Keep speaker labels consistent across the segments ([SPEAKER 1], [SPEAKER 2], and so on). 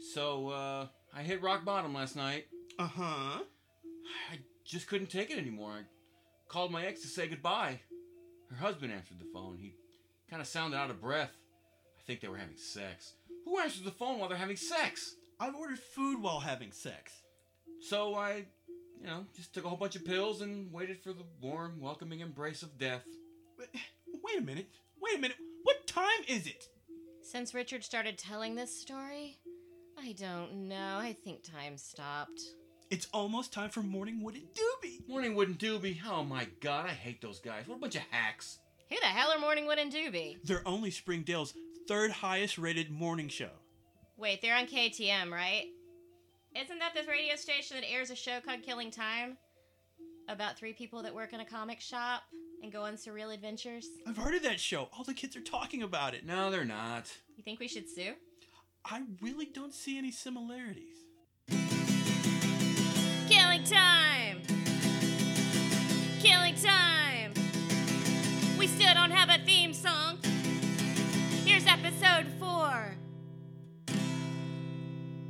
[SPEAKER 1] So uh, I hit rock bottom last night.
[SPEAKER 2] Uh huh.
[SPEAKER 1] I just couldn't take it anymore. I called my ex to say goodbye. Her husband answered the phone. He kind of sounded out of breath. I think they were having sex. Who answers the phone while they're having sex?
[SPEAKER 2] I've ordered food while having sex.
[SPEAKER 1] So I, you know, just took a whole bunch of pills and waited for the warm, welcoming embrace of death.
[SPEAKER 2] Wait, wait a minute. Wait a minute. What time is it?
[SPEAKER 3] Since Richard started telling this story, I don't know. I think time stopped.
[SPEAKER 2] It's almost time for morning wooded doobie.
[SPEAKER 1] Morning Wood and Doobie. Oh my god, I hate those guys. What a bunch of hacks.
[SPEAKER 3] Who the hell are Morningwood and Doobie?
[SPEAKER 2] They're only Springdale's third highest rated morning show.
[SPEAKER 3] Wait, they're on KTM, right? Isn't that the radio station that airs a show called Killing Time? About three people that work in a comic shop and go on surreal adventures?
[SPEAKER 2] I've heard of that show. All the kids are talking about it.
[SPEAKER 1] No, they're not.
[SPEAKER 3] You think we should sue?
[SPEAKER 2] I really don't see any similarities.
[SPEAKER 3] Killing time! Killing time! We still don't have a theme song. Here's episode four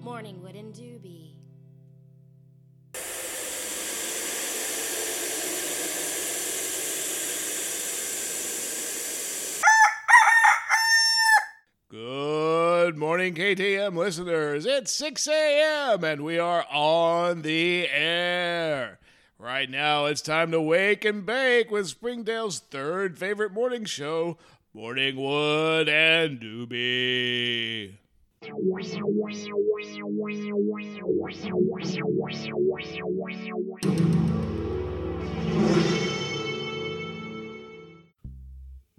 [SPEAKER 3] Morning Wood and Doobie.
[SPEAKER 4] Good morning, KTM listeners. It's 6 a.m. and we are on the air. Right now, it's time to wake and bake with Springdale's third favorite morning show, Morning Wood and Doobie.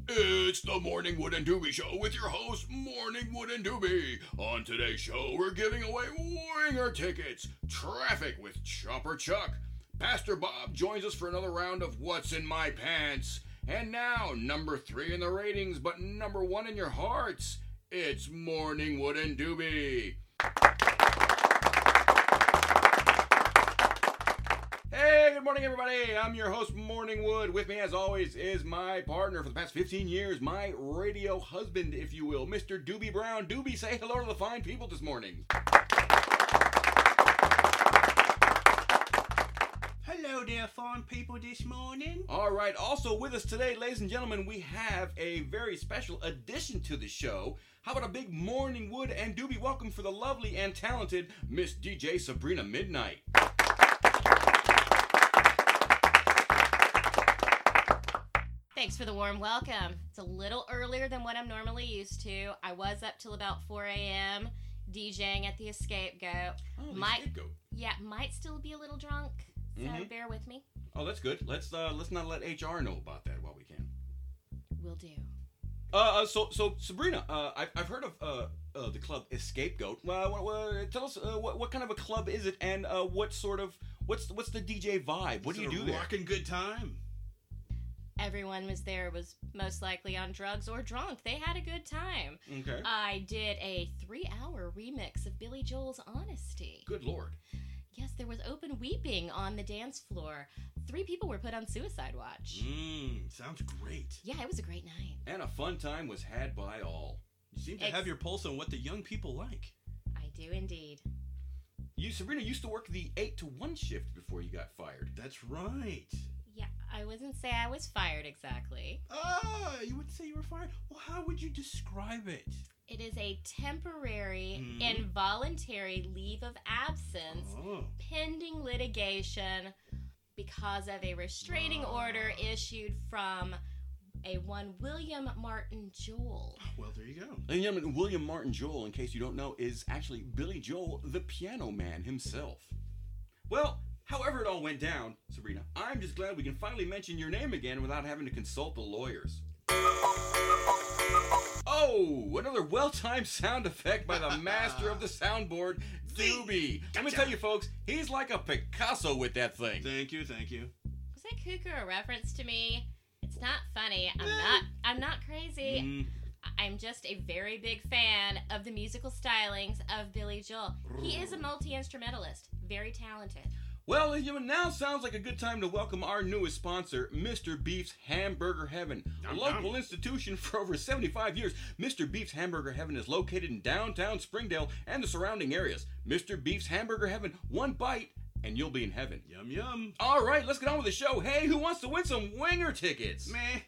[SPEAKER 4] It's the Morning Wood and Doobie Show with your host, Morning Wood and Doobie. On today's show, we're giving away winger tickets, traffic with Chopper Chuck. Pastor Bob joins us for another round of What's in My Pants. And now, number three in the ratings, but number one in your hearts, it's Morning Wood and Doobie.
[SPEAKER 1] Hey, good morning, everybody. I'm your host, Morning Wood. With me, as always, is my partner for the past 15 years, my radio husband, if you will, Mr. Doobie Brown. Doobie, say hello to the fine people this morning.
[SPEAKER 2] Hello there, fine people this morning.
[SPEAKER 1] All right, also with us today, ladies and gentlemen, we have a very special addition to the show. How about a big Morning Wood and Doobie welcome for the lovely and talented Miss DJ Sabrina Midnight?
[SPEAKER 3] Thanks for the warm welcome. It's a little earlier than what I'm normally used to. I was up till about 4 a.m. DJing at the Escape Goat.
[SPEAKER 1] Oh, the
[SPEAKER 3] Mike-
[SPEAKER 1] scapegoat.
[SPEAKER 3] Yeah, might still be a little drunk, so
[SPEAKER 1] Mhm.
[SPEAKER 3] bear with me.
[SPEAKER 1] Oh, that's good. Let's uh, let's not let HR know about that while we can.
[SPEAKER 3] Will do.
[SPEAKER 1] Uh, uh, so so Sabrina, uh, I've, I've heard of uh, uh, the club Escape Goat. Uh, what, what, tell us uh, what, what kind of a club is it, and uh, what sort of what's what's the DJ vibe? What do you do there?
[SPEAKER 2] Rocking good time.
[SPEAKER 3] Everyone was there was most likely on drugs or drunk. They had a good time.
[SPEAKER 1] Okay.
[SPEAKER 3] I did a three-hour remix of Billy Joel's "Honesty."
[SPEAKER 1] Good lord.
[SPEAKER 3] Yes, there was open weeping on the dance floor. Three people were put on suicide watch.
[SPEAKER 2] Mmm, sounds great.
[SPEAKER 3] Yeah, it was a great night.
[SPEAKER 1] And a fun time was had by all.
[SPEAKER 2] You seem to
[SPEAKER 3] Ex-
[SPEAKER 2] have your pulse on what the young people like.
[SPEAKER 3] I do indeed.
[SPEAKER 1] You Sabrina used to work the eight to one shift before you got fired.
[SPEAKER 2] That's right.
[SPEAKER 3] Yeah, I wouldn't say I was fired exactly.
[SPEAKER 2] Ah, you wouldn't say you were fired. Well, how would you describe it?
[SPEAKER 3] It is a temporary,
[SPEAKER 2] Mhm.
[SPEAKER 3] involuntary leave of absence
[SPEAKER 2] Oh.
[SPEAKER 3] pending litigation because of a restraining order issued from a one William Martin Jewell.
[SPEAKER 2] Well, there you go.
[SPEAKER 1] Ladies and gentlemen, William Martin Joel, in case you don't know, is actually Billy Joel, the piano man himself. Well, however it all went down, Sabrina, I'm just glad we can finally mention your name again without having to consult the lawyers. Oh, another well timed sound effect by the master of the soundboard, Doobie. Let me tell you, folks, he's like a Picasso with that thing.
[SPEAKER 2] Thank you, thank you.
[SPEAKER 3] Was that cuckoo a reference to me? It's not funny. I'm not. I'm not crazy.
[SPEAKER 2] Mm,
[SPEAKER 3] I- I'm just a very big fan of the musical stylings of Billy Joel. He is a multi instrumentalist, very talented.
[SPEAKER 1] Well, you know, now sounds like a good time to welcome our newest sponsor, Mr. Beef's Hamburger Heaven. a
[SPEAKER 4] Yum,
[SPEAKER 1] local
[SPEAKER 4] yum.
[SPEAKER 1] institution for over 75 years, Mr. Beef's Hamburger Heaven is located in downtown Springdale and the surrounding areas. Mr. Beef's Hamburger Heaven, one bite and you'll be in heaven.
[SPEAKER 2] Yum yum.
[SPEAKER 1] All right, let's get on with the show. Hey, who wants to win some winger tickets?
[SPEAKER 2] Meh.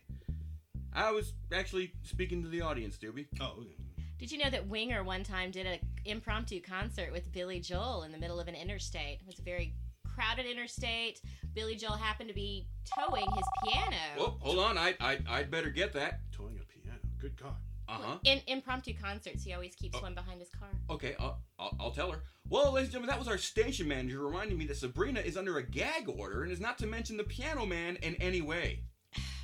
[SPEAKER 1] I was actually speaking to the audience, Doobie.
[SPEAKER 2] Oh, okay.
[SPEAKER 3] Did you know that Winger one time did an impromptu concert with Billy Joel in the middle of an interstate? It was a very crowded interstate. Billy Joel happened to be towing his piano.
[SPEAKER 1] Oh, hold on, I I I'd better get that.
[SPEAKER 2] towing a piano. Good God.
[SPEAKER 1] Uh huh.
[SPEAKER 3] In impromptu concerts, he always keeps
[SPEAKER 1] Oh.
[SPEAKER 3] one behind his car.
[SPEAKER 1] Okay, I'll, I'll, I'll tell her. Well, ladies and gentlemen, that was our station manager reminding me that Sabrina is under a gag order and is not to mention the piano man in any way.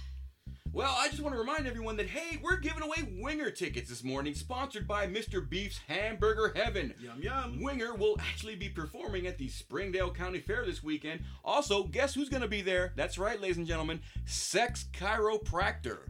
[SPEAKER 1] Well, I just want to remind everyone that hey, we're giving away Winger tickets this morning, sponsored by Mr. Beef's Hamburger Heaven.
[SPEAKER 2] Yum yum.
[SPEAKER 1] Winger will actually be performing at the Springdale County Fair this weekend. Also, guess who's going to be there? That's right, ladies and gentlemen, Sex Chiropractor.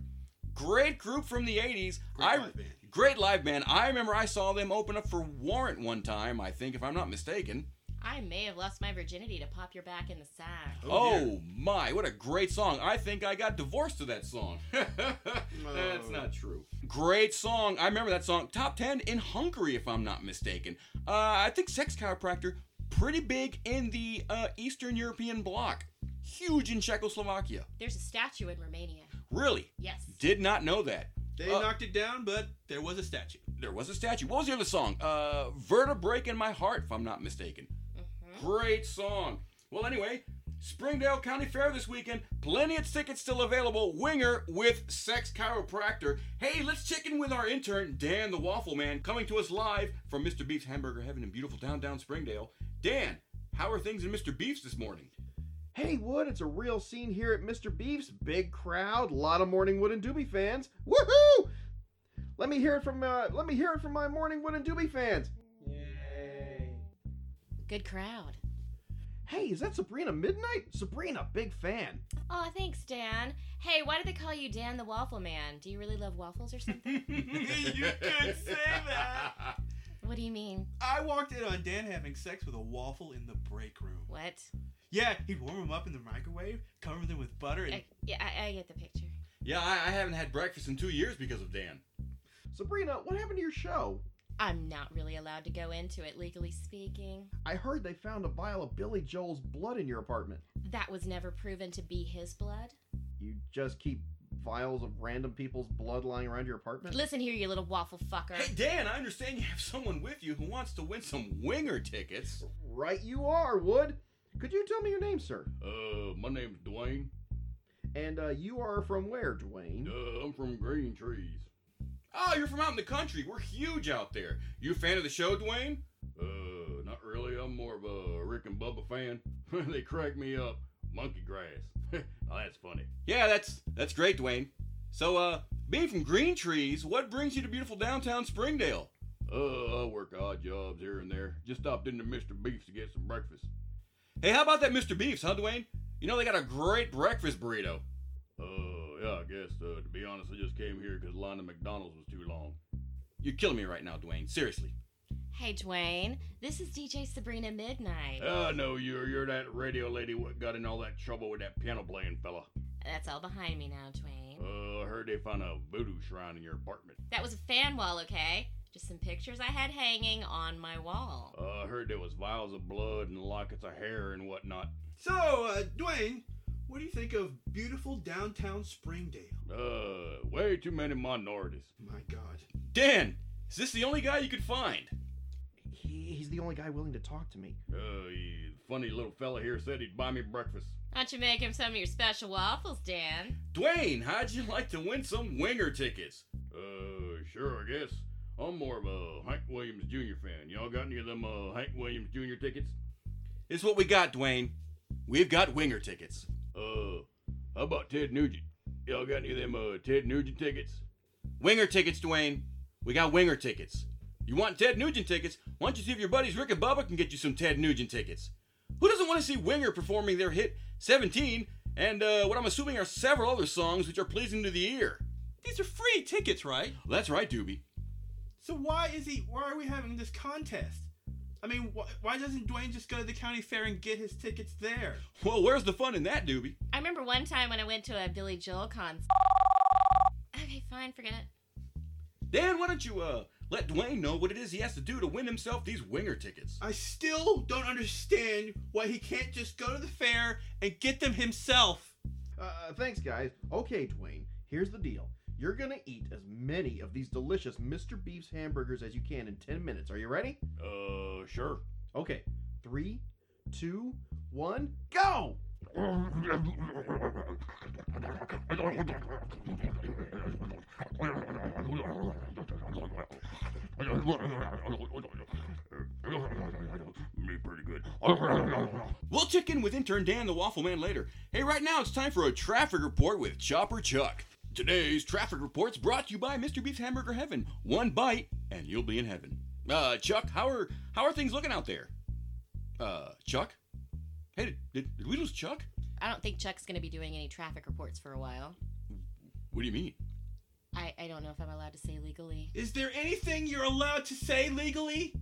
[SPEAKER 1] Great group from the 80s.
[SPEAKER 2] Great
[SPEAKER 1] I,
[SPEAKER 2] live band.
[SPEAKER 1] Great live band. I remember I saw them open up for Warrant one time, I think, if I'm not mistaken.
[SPEAKER 3] I may have lost my virginity to pop your back in the sack.
[SPEAKER 1] Oh,
[SPEAKER 2] dear.
[SPEAKER 1] my, what a great song. I think I got divorced to that song. That's not true. Great song. I remember that song. Top 10 in Hungary, if I'm not mistaken. Uh, I think Sex Chiropractor, pretty big in the uh, Eastern European bloc. Huge in Czechoslovakia.
[SPEAKER 3] There's a statue in Romania.
[SPEAKER 1] Really?
[SPEAKER 3] Yes.
[SPEAKER 1] Did not know that.
[SPEAKER 2] They
[SPEAKER 1] Uh,
[SPEAKER 2] knocked it down, but there was a statue.
[SPEAKER 1] There was a statue. What was the other song? Uh, Vertebrae in My Heart, if I'm not mistaken.
[SPEAKER 3] Mhm.
[SPEAKER 1] Great song. Well, anyway, Springdale County Fair this weekend. Plenty of tickets still available. Winger with Sex Chiropractor. Hey, let's check in with our intern, Dan the Waffle Man, coming to us live from Mr. Beef's Hamburger Heaven in beautiful downtown Springdale. Dan, how are things in Mr. Beef's this morning?
[SPEAKER 5] Hey Wood, it's a real scene here at Mr. Beef's. Big crowd, lot of Morning Wood and Doobie fans. Woohoo! Let me hear it from uh, let me hear it from my Morning Wood and Doobie fans. Yay!
[SPEAKER 3] Good crowd.
[SPEAKER 5] Hey, is that Sabrina Midnight? Sabrina, big fan.
[SPEAKER 3] Oh, thanks, Dan. Hey, why did they call you Dan the Waffle Man? Do you really love waffles or something?
[SPEAKER 2] you could say that.
[SPEAKER 3] what do you mean?
[SPEAKER 2] I walked in on Dan having sex with a waffle in the break room.
[SPEAKER 3] What?
[SPEAKER 2] Yeah, he'd warm them up in the microwave, cover them with butter, and
[SPEAKER 3] I, yeah, I, I get the picture.
[SPEAKER 1] Yeah, I, I haven't had breakfast in two years because of Dan.
[SPEAKER 5] Sabrina, what happened to your show?
[SPEAKER 3] I'm not really allowed to go into it, legally speaking.
[SPEAKER 5] I heard they found a vial of Billy Joel's blood in your apartment.
[SPEAKER 3] That was never proven to be his blood.
[SPEAKER 5] You just keep vials of random people's blood lying around your apartment?
[SPEAKER 3] Listen here, you little waffle fucker.
[SPEAKER 1] Hey, Dan, I understand you have someone with you who wants to win some Winger tickets.
[SPEAKER 5] Right you are, Wood. Could you tell me your name, sir?
[SPEAKER 4] Uh, my name's Dwayne.
[SPEAKER 5] And uh, you are from where, Dwayne?
[SPEAKER 4] Uh, I'm from Green Trees. Ah,
[SPEAKER 1] Oh, you're from out in the country. We're huge out there. You a fan of the show, Dwayne?
[SPEAKER 4] Uh, not really. I'm more of a Rick and Bubba fan. they crack me up. Monkey grass. oh, that's funny.
[SPEAKER 1] Yeah, that's that's great, Dwayne. So, uh, being from Green Trees, what brings you to beautiful downtown Springdale?
[SPEAKER 4] Uh, I work odd jobs here and there. Just stopped into Mr. Beef's to get some breakfast.
[SPEAKER 1] Hey, how about that Mr. Beef's, huh, Dwayne? You know they got a great breakfast burrito.
[SPEAKER 4] Uh, yeah, I guess. Uh, to be honest, I just came here because line at McDonald's was too long.
[SPEAKER 1] You're killing me right now, Dwayne. Seriously.
[SPEAKER 3] Hey, Dwayne. This is DJ Sabrina Midnight.
[SPEAKER 1] Oh,
[SPEAKER 4] I know you're you're that radio lady what got in all that trouble with that piano playing fella.
[SPEAKER 3] That's all behind me now, Dwayne.
[SPEAKER 4] Uh, I heard they found a voodoo shrine in your apartment.
[SPEAKER 3] That was a fan wall, okay? Just some pictures I had hanging on my wall.
[SPEAKER 4] Uh, I heard there was vials of blood and lockets of hair and whatnot.
[SPEAKER 2] So, uh, Dwayne, what do you think of beautiful downtown Springdale?
[SPEAKER 4] Uh, way too many minorities.
[SPEAKER 2] My God.
[SPEAKER 1] Dan, is this the only guy you could find?
[SPEAKER 5] He, he's the only guy willing to talk to me.
[SPEAKER 4] Uh, he, funny little fella here said he'd buy me breakfast.
[SPEAKER 3] Why don't you make him some of your special waffles, Dan?
[SPEAKER 1] Dwayne, how'd you like to win some winger tickets?
[SPEAKER 4] Uh, sure, I guess. I'm more of a Hank Williams Jr. fan. Y'all got any of them uh, Hank Williams Jr. tickets?
[SPEAKER 1] It's what we got, Dwayne. We've got winger tickets.
[SPEAKER 4] Uh, how about Ted Nugent? Y'all got any of them uh, Ted Nugent tickets?
[SPEAKER 1] Winger tickets, Dwayne. We got winger tickets. You want Ted Nugent tickets? Why don't you see if your buddies Rick and Bubba can get you some Ted Nugent tickets? Who doesn't want to see Winger performing their hit 17 and uh, what I'm assuming are several other songs which are pleasing to the ear?
[SPEAKER 2] These are free tickets, right?
[SPEAKER 1] That's right, Doobie.
[SPEAKER 2] So why is he? Why are we having this contest? I mean, wh- why doesn't Dwayne just go to the county fair and get his tickets there?
[SPEAKER 1] Well, where's the fun in that, Doobie?
[SPEAKER 3] I remember one time when I went to a Billy Joel concert. Okay, fine, forget it.
[SPEAKER 1] Dan, why don't you uh let Dwayne know what it is he has to do to win himself these winger tickets?
[SPEAKER 2] I still don't understand why he can't just go to the fair and get them himself.
[SPEAKER 5] Uh, thanks, guys. Okay, Dwayne, here's the deal. You're gonna eat as many of these delicious Mr. Beef's hamburgers as you can in 10 minutes. Are you ready?
[SPEAKER 4] Uh, sure.
[SPEAKER 5] Okay, three, two, one, go!
[SPEAKER 4] Me pretty good.
[SPEAKER 1] We'll check in with intern Dan the Waffle Man later. Hey, right now it's time for a traffic report with Chopper Chuck. Today's traffic report's brought to you by Mr. Beef's Hamburger Heaven. One bite and you'll be in heaven. Uh, Chuck, how are how are things looking out there? Uh, Chuck? Hey, did, did, did we lose Chuck?
[SPEAKER 3] I don't think Chuck's gonna be doing any traffic reports for a while.
[SPEAKER 1] What do you mean?
[SPEAKER 3] I, I don't know if I'm allowed to say legally.
[SPEAKER 2] Is there anything you're allowed to say legally?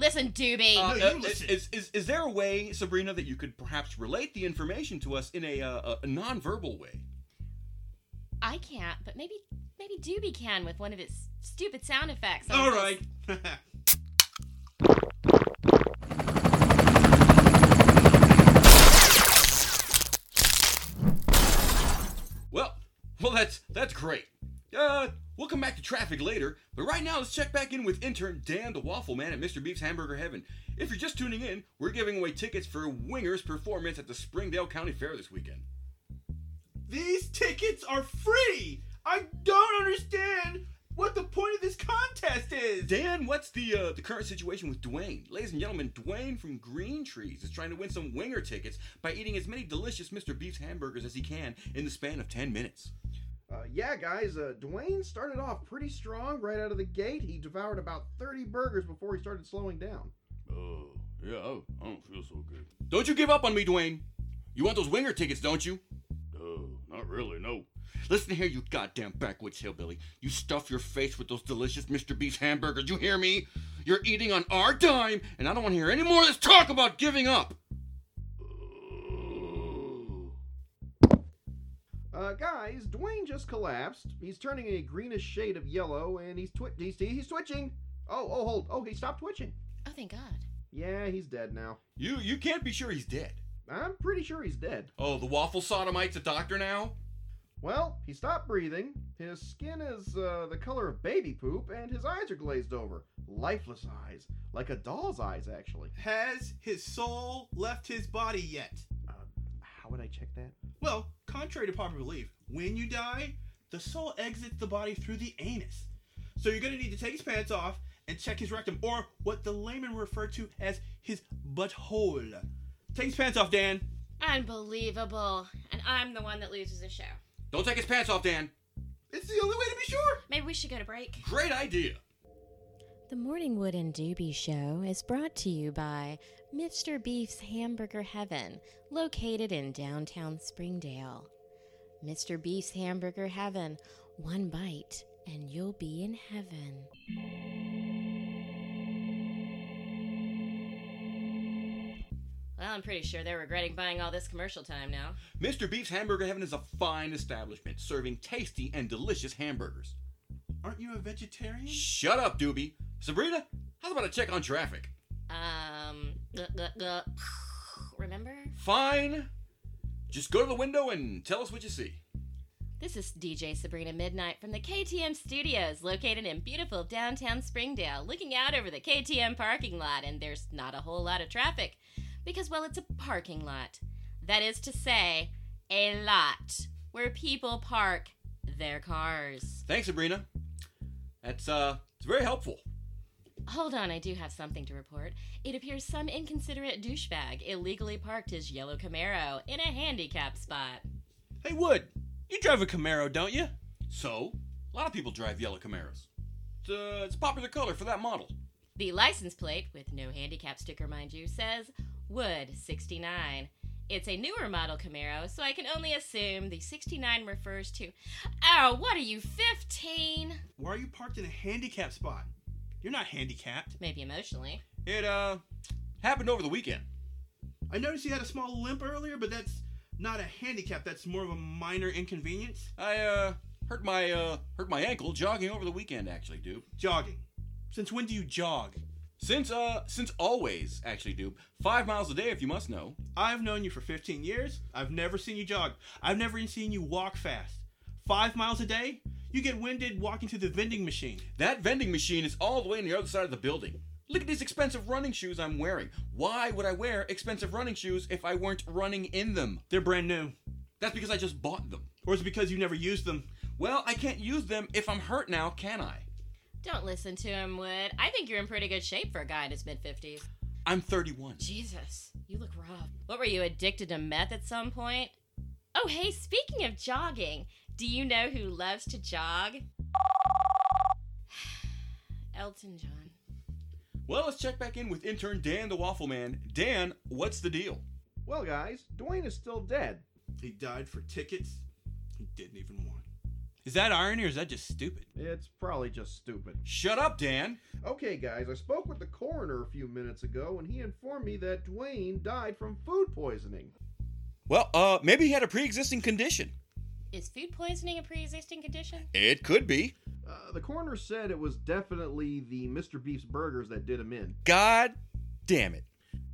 [SPEAKER 3] Listen, Doobie.
[SPEAKER 1] Uh,
[SPEAKER 2] No, you
[SPEAKER 1] uh,
[SPEAKER 2] listen.
[SPEAKER 1] is, is, is there a way, Sabrina, that you could perhaps relate the information to us in a, uh, a non-verbal way?
[SPEAKER 3] I can't, but maybe maybe Doobie can with one of his stupid sound effects.
[SPEAKER 2] All right.
[SPEAKER 1] Well, well, that's that's great. Uh, we'll come back to traffic later, but right now let's check back in with intern Dan the Waffle Man at Mr. Beef's Hamburger Heaven. If you're just tuning in, we're giving away tickets for Winger's performance at the Springdale County Fair this weekend.
[SPEAKER 2] These tickets are free. I don't understand what the point of this contest is.
[SPEAKER 1] Dan, what's the uh, the current situation with Dwayne? Ladies and gentlemen, Dwayne from Green Trees is trying to win some Winger tickets by eating as many delicious Mr. Beef's hamburgers as he can in the span of 10 minutes.
[SPEAKER 5] Uh, yeah, guys, uh, Dwayne started off pretty strong right out of the gate. He devoured about 30 burgers before he started slowing down.
[SPEAKER 4] Oh, yeah, I, I don't feel so good.
[SPEAKER 1] Don't you give up on me, Dwayne. You want those Winger tickets, don't you?
[SPEAKER 4] Oh, not really, no.
[SPEAKER 1] Listen here, you goddamn backwoods hillbilly. You stuff your face with those delicious Mr. Beast hamburgers, you hear me? You're eating on our dime, and I don't want to hear any more of this talk about giving up.
[SPEAKER 4] Oh.
[SPEAKER 5] Uh, guys, Dwayne just collapsed. He's turning a greenish shade of yellow, and he's twi- he's, he's twitching. Oh, oh, hold. Oh, he stopped twitching.
[SPEAKER 3] Oh, thank God.
[SPEAKER 5] Yeah, he's dead now.
[SPEAKER 1] You you can't be sure he's dead.
[SPEAKER 5] I'm pretty sure he's dead.
[SPEAKER 1] Oh, the waffle sodomite's a doctor now?
[SPEAKER 5] Well, he stopped breathing. His skin is uh, the color of baby poop, and his eyes are glazed over. Lifeless eyes. Like a doll's eyes, actually.
[SPEAKER 2] Has his soul left his body yet?
[SPEAKER 5] Uh, how would I check that?
[SPEAKER 2] Well, contrary to popular belief, when you die, the soul exits the body through the anus. So you're going to need to take his pants off and check his rectum, or what the layman refer to as his butthole. Take his pants off, Dan.
[SPEAKER 3] Unbelievable. And I'm the one that loses the show.
[SPEAKER 1] Don't take his pants off, Dan.
[SPEAKER 2] It's the only way to be sure.
[SPEAKER 3] Maybe we should go to break.
[SPEAKER 1] Great idea.
[SPEAKER 3] The Morning Wood and Doobie Show is brought to you by Mr. Beef's Hamburger Heaven, located in downtown Springdale. Mr. Beef's Hamburger Heaven, one bite and you'll be in heaven. Well, I'm pretty sure they're regretting buying all this commercial time now.
[SPEAKER 1] Mr. Beef's Hamburger Heaven is a fine establishment serving tasty and delicious hamburgers.
[SPEAKER 2] Aren't you a vegetarian?
[SPEAKER 1] Shut up, Doobie. Sabrina, how's about a check on traffic?
[SPEAKER 3] Um, gluh, gluh, gluh. remember?
[SPEAKER 1] Fine. Just go to the window and tell us what you see.
[SPEAKER 3] This is DJ Sabrina Midnight from the KTM Studios, located in beautiful downtown Springdale, looking out over the KTM parking lot, and there's not a whole lot of traffic because, well, it's a parking lot. That is to say, a lot where people park their cars.
[SPEAKER 1] Thanks, Sabrina. That's uh, it's very helpful.
[SPEAKER 3] Hold on, I do have something to report. It appears some inconsiderate douchebag illegally parked his yellow Camaro in a handicap spot.
[SPEAKER 2] Hey, Wood, you drive a Camaro, don't you?
[SPEAKER 1] So, a lot of people drive yellow Camaros. It's, uh, it's a popular color for that model.
[SPEAKER 3] The license plate, with no handicap sticker, mind you, says Wood 69. It's a newer model Camaro, so I can only assume the 69 refers to. Oh, what are you, 15?
[SPEAKER 2] Why are you parked in a handicap spot? You're not handicapped.
[SPEAKER 3] Maybe emotionally.
[SPEAKER 1] It uh happened over the weekend.
[SPEAKER 2] I noticed he had a small limp earlier, but that's not a handicap. That's more of a minor inconvenience.
[SPEAKER 1] I uh hurt my uh hurt my ankle jogging over the weekend actually, dude.
[SPEAKER 2] Jogging. Since when do you jog?
[SPEAKER 1] Since uh since always actually, dude. 5 miles a day if you must know.
[SPEAKER 2] I've known you for 15 years. I've never seen you jog. I've never even seen you walk fast. Five miles a day? You get winded walking to the vending machine.
[SPEAKER 1] That vending machine is all the way on the other side of the building. Look at these expensive running shoes I'm wearing. Why would I wear expensive running shoes if I weren't running in them?
[SPEAKER 2] They're brand new.
[SPEAKER 1] That's because I just bought them.
[SPEAKER 2] Or is it because you never used them?
[SPEAKER 1] Well, I can't use them if I'm hurt now, can I?
[SPEAKER 3] Don't listen to him, Wood. I think you're in pretty good shape for a guy in his mid 50s.
[SPEAKER 1] I'm 31.
[SPEAKER 3] Jesus, you look rough. What were you, addicted to meth at some point? Oh, hey, speaking of jogging, do you know who loves to jog? Elton John.
[SPEAKER 1] Well, let's check back in with intern Dan the Waffle Man. Dan, what's the deal?
[SPEAKER 5] Well, guys, Dwayne is still dead.
[SPEAKER 2] He died for tickets he didn't even want. Is that irony or is that just stupid?
[SPEAKER 5] It's probably just stupid.
[SPEAKER 1] Shut up, Dan.
[SPEAKER 5] Okay, guys, I spoke with the coroner a few minutes ago, and he informed me that Dwayne died from food poisoning.
[SPEAKER 1] Well, uh, maybe he had a pre-existing condition.
[SPEAKER 3] Is food poisoning a pre existing condition?
[SPEAKER 1] It could be.
[SPEAKER 5] Uh, the coroner said it was definitely the Mr. Beef's burgers that did him in.
[SPEAKER 1] God damn it.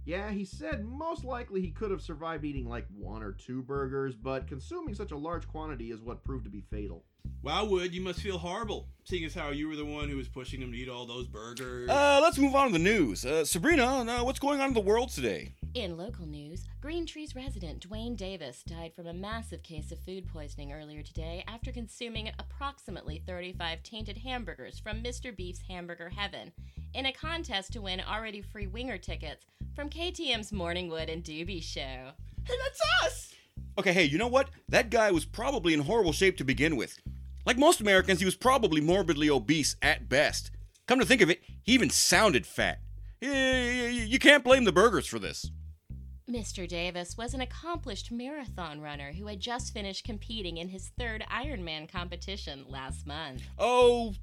[SPEAKER 5] Yeah, he said most likely he could have survived eating like one or two burgers, but consuming such a large quantity is what proved to be fatal.
[SPEAKER 2] Wow, Wood, you must feel horrible, seeing as how you were the one who was pushing him to eat all those burgers.
[SPEAKER 1] Uh, let's move on to the news. Uh, Sabrina, uh, what's going on in the world today?
[SPEAKER 3] In local news, Green Trees resident Dwayne Davis died from a massive case of food poisoning earlier today after consuming approximately 35 tainted hamburgers from Mr. Beef's Hamburger Heaven in a contest to win already free winger tickets from KTM's Morningwood and Doobie show.
[SPEAKER 2] hey, that's us!
[SPEAKER 1] Okay, hey, you know what? That guy was probably in horrible shape to begin with. Like most Americans, he was probably morbidly obese at best. Come to think of it, he even sounded fat. Y- y- y- You can't blame the burgers for this.
[SPEAKER 3] Mr. Davis was an accomplished marathon runner who had just finished competing in his third Ironman competition last month.
[SPEAKER 1] Oh,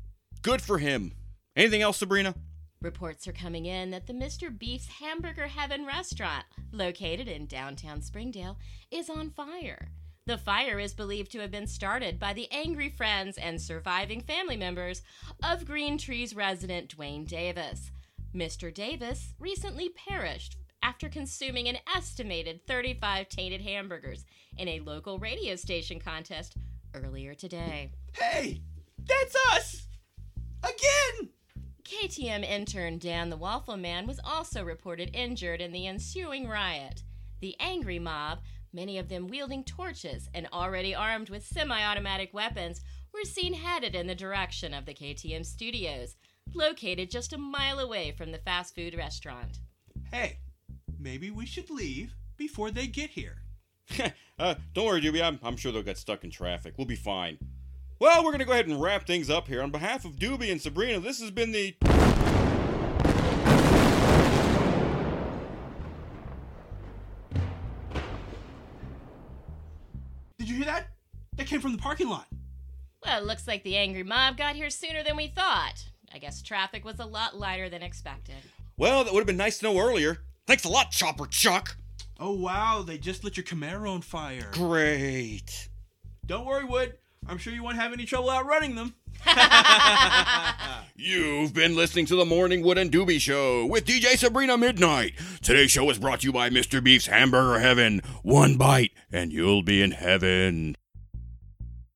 [SPEAKER 1] good for him. Anything else, Sabrina?
[SPEAKER 3] Reports are coming in that the Mr. Beef's Hamburger Heaven restaurant, located in downtown Springdale, is on fire. The fire is believed to have been started by the angry friends and surviving family members of Green Trees resident Dwayne Davis. Mr. Davis recently perished after consuming an estimated 35 tainted hamburgers in a local radio station contest earlier today.
[SPEAKER 2] Hey, that's us! Again!
[SPEAKER 3] KTM intern Dan the Waffle Man was also reported injured in the ensuing riot. The angry mob, many of them wielding torches and already armed with semi automatic weapons, were seen headed in the direction of the KTM studios, located just a mile away from the fast food restaurant.
[SPEAKER 2] Hey, maybe we should leave before they get here.
[SPEAKER 1] uh, don't worry, Doobie. I'm, I'm sure they'll get stuck in traffic. We'll be fine. Well, we're going to go ahead and wrap things up here. On behalf of Doobie and Sabrina, this has been the.
[SPEAKER 2] Did you hear that? That came from the parking lot.
[SPEAKER 3] Well, it looks like the angry mob got here sooner than we thought. I guess traffic was a lot lighter than expected.
[SPEAKER 1] Well, that would have been nice to know earlier. Thanks a lot, Chopper Chuck.
[SPEAKER 2] Oh wow, they just lit your Camaro on fire.
[SPEAKER 1] Great.
[SPEAKER 2] Don't worry, Wood. I'm sure you won't have any trouble outrunning them.
[SPEAKER 4] You've been listening to the Morning Wood and Doobie Show with DJ Sabrina Midnight. Today's show is brought to you by Mr. Beef's Hamburger Heaven. One bite, and you'll be in heaven.